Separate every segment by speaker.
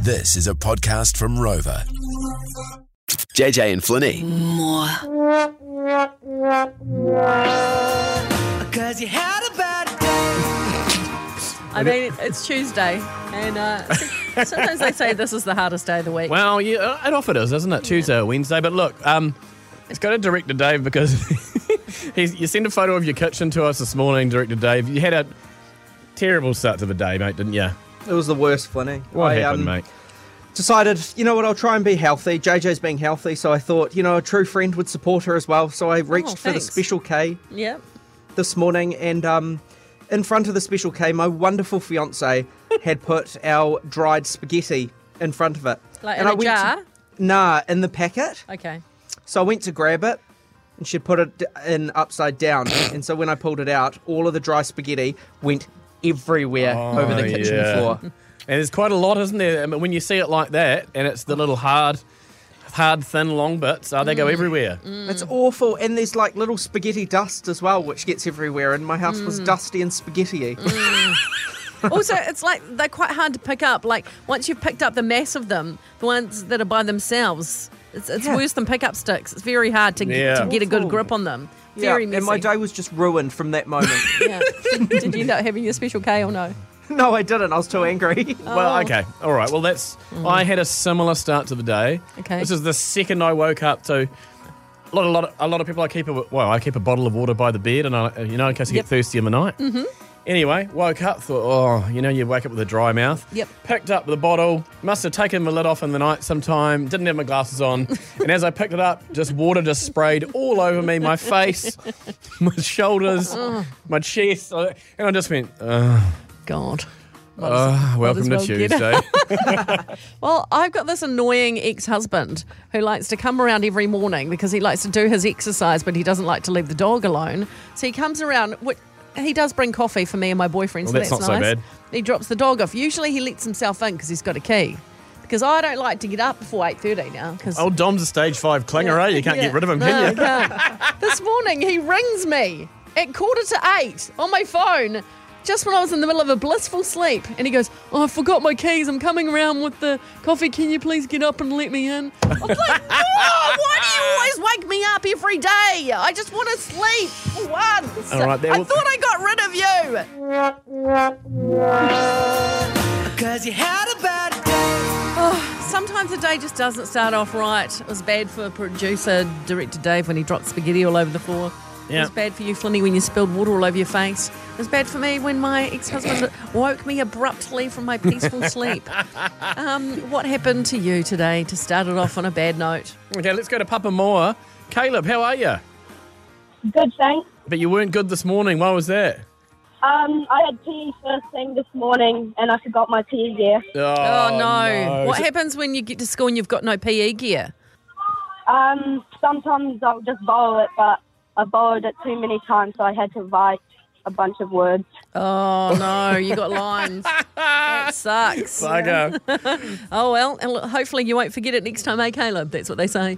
Speaker 1: This is a podcast from Rover. JJ and Flinny.
Speaker 2: more.
Speaker 3: Cause you had a bad day.
Speaker 2: I mean, it's Tuesday, and uh, sometimes they say this is the hardest day of the week.
Speaker 4: Well, yeah, uh, it often is, isn't it? Tuesday or Wednesday. But look, um, it's got to Director Dave because he's, you sent a photo of your kitchen to us this morning, Director Dave. You had a terrible start to the day, mate, didn't you?
Speaker 3: It was the worst, Flinny.
Speaker 4: What
Speaker 3: I,
Speaker 4: happened,
Speaker 3: um,
Speaker 4: mate?
Speaker 3: Decided, you know what, I'll try and be healthy. JJ's being healthy, so I thought, you know, a true friend would support her as well. So I reached for the
Speaker 2: Oh, thanks.
Speaker 3: special K
Speaker 2: yeah.
Speaker 3: this morning, and um, in front of the special K, my wonderful fiance had put our dried spaghetti in front of it.
Speaker 2: Like
Speaker 3: and
Speaker 2: in
Speaker 3: I
Speaker 2: a
Speaker 3: went
Speaker 2: jar?
Speaker 3: To, nah, in the packet.
Speaker 2: Okay.
Speaker 3: So I went to grab it, and she put it d- in upside down. and so when I pulled it out, all of the dry spaghetti went everywhere over the
Speaker 4: Oh,
Speaker 3: kitchen
Speaker 4: yeah.
Speaker 3: floor.
Speaker 4: And there's quite a lot, isn't there? I mean, when you see it like that, and it's the little hard, hard, thin, long bits, oh, they
Speaker 3: Mm.
Speaker 4: go everywhere.
Speaker 2: Mm.
Speaker 3: It's awful, and there's like little spaghetti dust as well, which gets everywhere. And my house was
Speaker 2: Mm.
Speaker 3: dusty and spaghetti-y.
Speaker 2: Also, it's like they're quite hard to pick up. Like once you've picked up the mass of them, the ones that are by themselves, it's, it's
Speaker 3: Yeah.
Speaker 2: worse than pickup sticks. It's very hard to,
Speaker 4: Yeah.
Speaker 2: to get a good
Speaker 3: Awful.
Speaker 2: grip on them.
Speaker 3: yeah,
Speaker 2: Very messy.
Speaker 3: and my day was just ruined from that moment.
Speaker 2: yeah. did, did you end up having your special K or no?
Speaker 3: no, I didn't. I was too angry.
Speaker 2: Oh.
Speaker 4: Well, okay, all right. Well, that's. I had a similar start to the day.
Speaker 2: Mm. Okay.
Speaker 4: This is the second I woke up to. A lot, a lot, of, a lot of people. I keep a well, I keep a bottle of water by the bed, and I, you know, in case I
Speaker 2: Yep.
Speaker 4: get thirsty in the night. Mm-hmm. Anyway, woke up, thought, oh, you know, you wake up with a dry mouth.
Speaker 2: Yep.
Speaker 4: Picked up the bottle, must have taken the lid off in the night sometime, didn't have my glasses on. and as I picked it up, just water just sprayed all over me, my face, my shoulders,
Speaker 2: Oh.
Speaker 4: my chest. And I just went, uh,
Speaker 2: God.
Speaker 4: welcome to
Speaker 2: well get
Speaker 4: Tuesday.
Speaker 2: Well, I've got this annoying ex husband who likes to come around every morning because he likes to do his exercise, but he doesn't like to leave the dog alone. So he comes around. What he does bring coffee for me and my boyfriend.
Speaker 4: Well,
Speaker 2: so
Speaker 4: that's
Speaker 2: that's,
Speaker 4: not so
Speaker 2: nice.
Speaker 4: bad.
Speaker 2: He drops the dog off. Usually he lets himself in because he's got a key. Because I don't like to get up before eight thirty now. Because
Speaker 4: Old Dom's a stage five clinger, eh? You can't get rid of him, can you?
Speaker 2: this morning he rings me at quarter to eight on my phone, just when I was in the middle of a blissful sleep, and he goes, "Oh, I forgot my keys. I'm coming around with the coffee. Can you please get up and let me in?" I was like, "Whoa, "Why do you always wake me up every day? I just want to sleep for once.
Speaker 4: All right, there
Speaker 2: I
Speaker 4: will-
Speaker 2: thought I got rid of you."
Speaker 3: Cause you had a bad day.
Speaker 2: Sometimes the day just doesn't start off right. It was bad for producer director Dave when he dropped spaghetti all over the floor. It
Speaker 4: Yeah.
Speaker 2: was bad for you, Flinny, when you spilled water all over your face. It was bad for me when my ex-husband woke me abruptly from my peaceful sleep. Um, what happened to you today to start it off on a bad note?
Speaker 4: Okay, let's go to Papa Moore. Caleb, how are you?
Speaker 5: Good, thanks.
Speaker 4: But you weren't good this morning. Why was that?
Speaker 5: Um, I had tea first thing this morning, and I forgot my tea gear.
Speaker 4: Oh,
Speaker 2: Oh, no. What
Speaker 4: So-
Speaker 2: happens when you get to school and you've got no PE gear?
Speaker 5: Um, sometimes I'll just borrow it, but I borrowed it too many times, so I had to write a bunch of words.
Speaker 2: Oh, no. You got lines. that sucks.
Speaker 4: Bugger.
Speaker 2: Oh, well. And look, hopefully you won't forget it next time, eh, Caleb? That's what they say.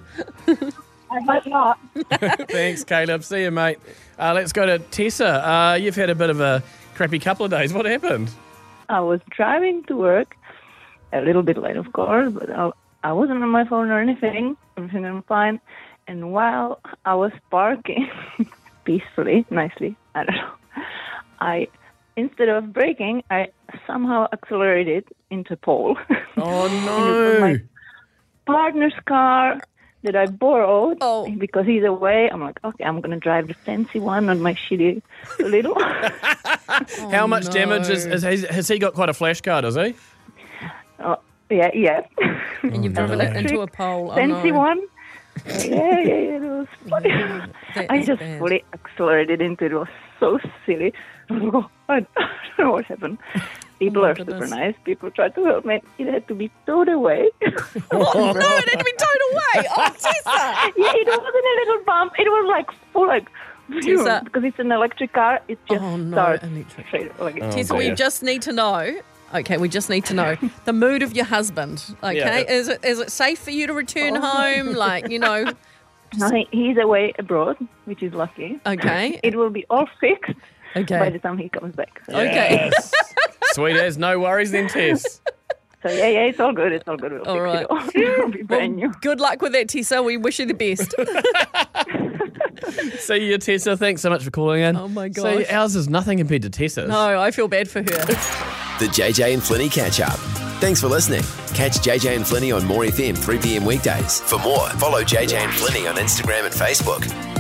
Speaker 5: I hope not.
Speaker 4: Thanks, Caleb. See you, mate. Uh, let's go to Tessa. Uh, you've had a bit of a crappy couple of days. What happened?
Speaker 6: I was driving to work, a little bit late, of course, but I, I wasn't on my phone or anything. Everything I'm fine. And while I was parking peacefully, nicely, I don't know, I instead of braking, I somehow accelerated into pole.
Speaker 4: Oh,
Speaker 6: no. Partner's car that I borrowed
Speaker 2: Oh.
Speaker 6: because either way, I'm like, okay, I'm gonna drive the fancy one on my shitty little.
Speaker 4: How much
Speaker 2: no.
Speaker 4: damage is, is, has, has he got? Quite a flash card, has he?
Speaker 6: oh, yeah, yeah.
Speaker 2: And you've driven it
Speaker 4: no.
Speaker 2: into a pole. Oh,
Speaker 6: fancy
Speaker 2: no.
Speaker 6: one. yeah, yeah, yeah. It was funny.
Speaker 2: That
Speaker 6: I
Speaker 2: is
Speaker 6: just
Speaker 2: bad.
Speaker 6: fully accelerated into it. It was so silly. I don't know what happened. People
Speaker 2: Oh my
Speaker 6: are
Speaker 2: goodness.
Speaker 6: super nice. People tried to help me. It had to be towed away.
Speaker 2: Oh, no, it had to be towed away. Oh, Tessa.
Speaker 6: yeah, it wasn't a little bump. It was like full, like,
Speaker 2: Tessa.
Speaker 6: because it's an electric car. It just
Speaker 2: Oh, no,
Speaker 6: starts
Speaker 2: electric.
Speaker 6: straight. Like,
Speaker 2: Tessa, we
Speaker 4: dear.
Speaker 2: just need to know. Okay, we just need to know the mood of your husband. Okay,
Speaker 4: Yeah.
Speaker 2: is it is it safe for you to return
Speaker 6: Oh.
Speaker 2: home? Like you know,
Speaker 6: I- he's away abroad, which is lucky.
Speaker 2: okay,
Speaker 6: It will be all fixed by
Speaker 2: okay,
Speaker 6: the time he comes back. So
Speaker 2: okay.
Speaker 4: Yes. Sweet as, no worries then, Tess.
Speaker 6: So yeah, yeah, it's all good. It's all good. We'll
Speaker 2: All
Speaker 6: fix
Speaker 2: right.
Speaker 6: it all. It'll be brand new.
Speaker 2: Good luck with that, Tessa. We wish you the best.
Speaker 4: See you, Tessa. Thanks so much for calling in.
Speaker 2: Oh my
Speaker 4: See,
Speaker 2: gosh.
Speaker 4: ours is nothing compared to Tessa's.
Speaker 2: no, Oh, I feel bad for her.
Speaker 1: The JJ and Flinny catch up. Thanks for listening. Catch JJ and Flinny on More FM 3 p.m. weekdays. For more, follow JJ and Flinny on Instagram and Facebook.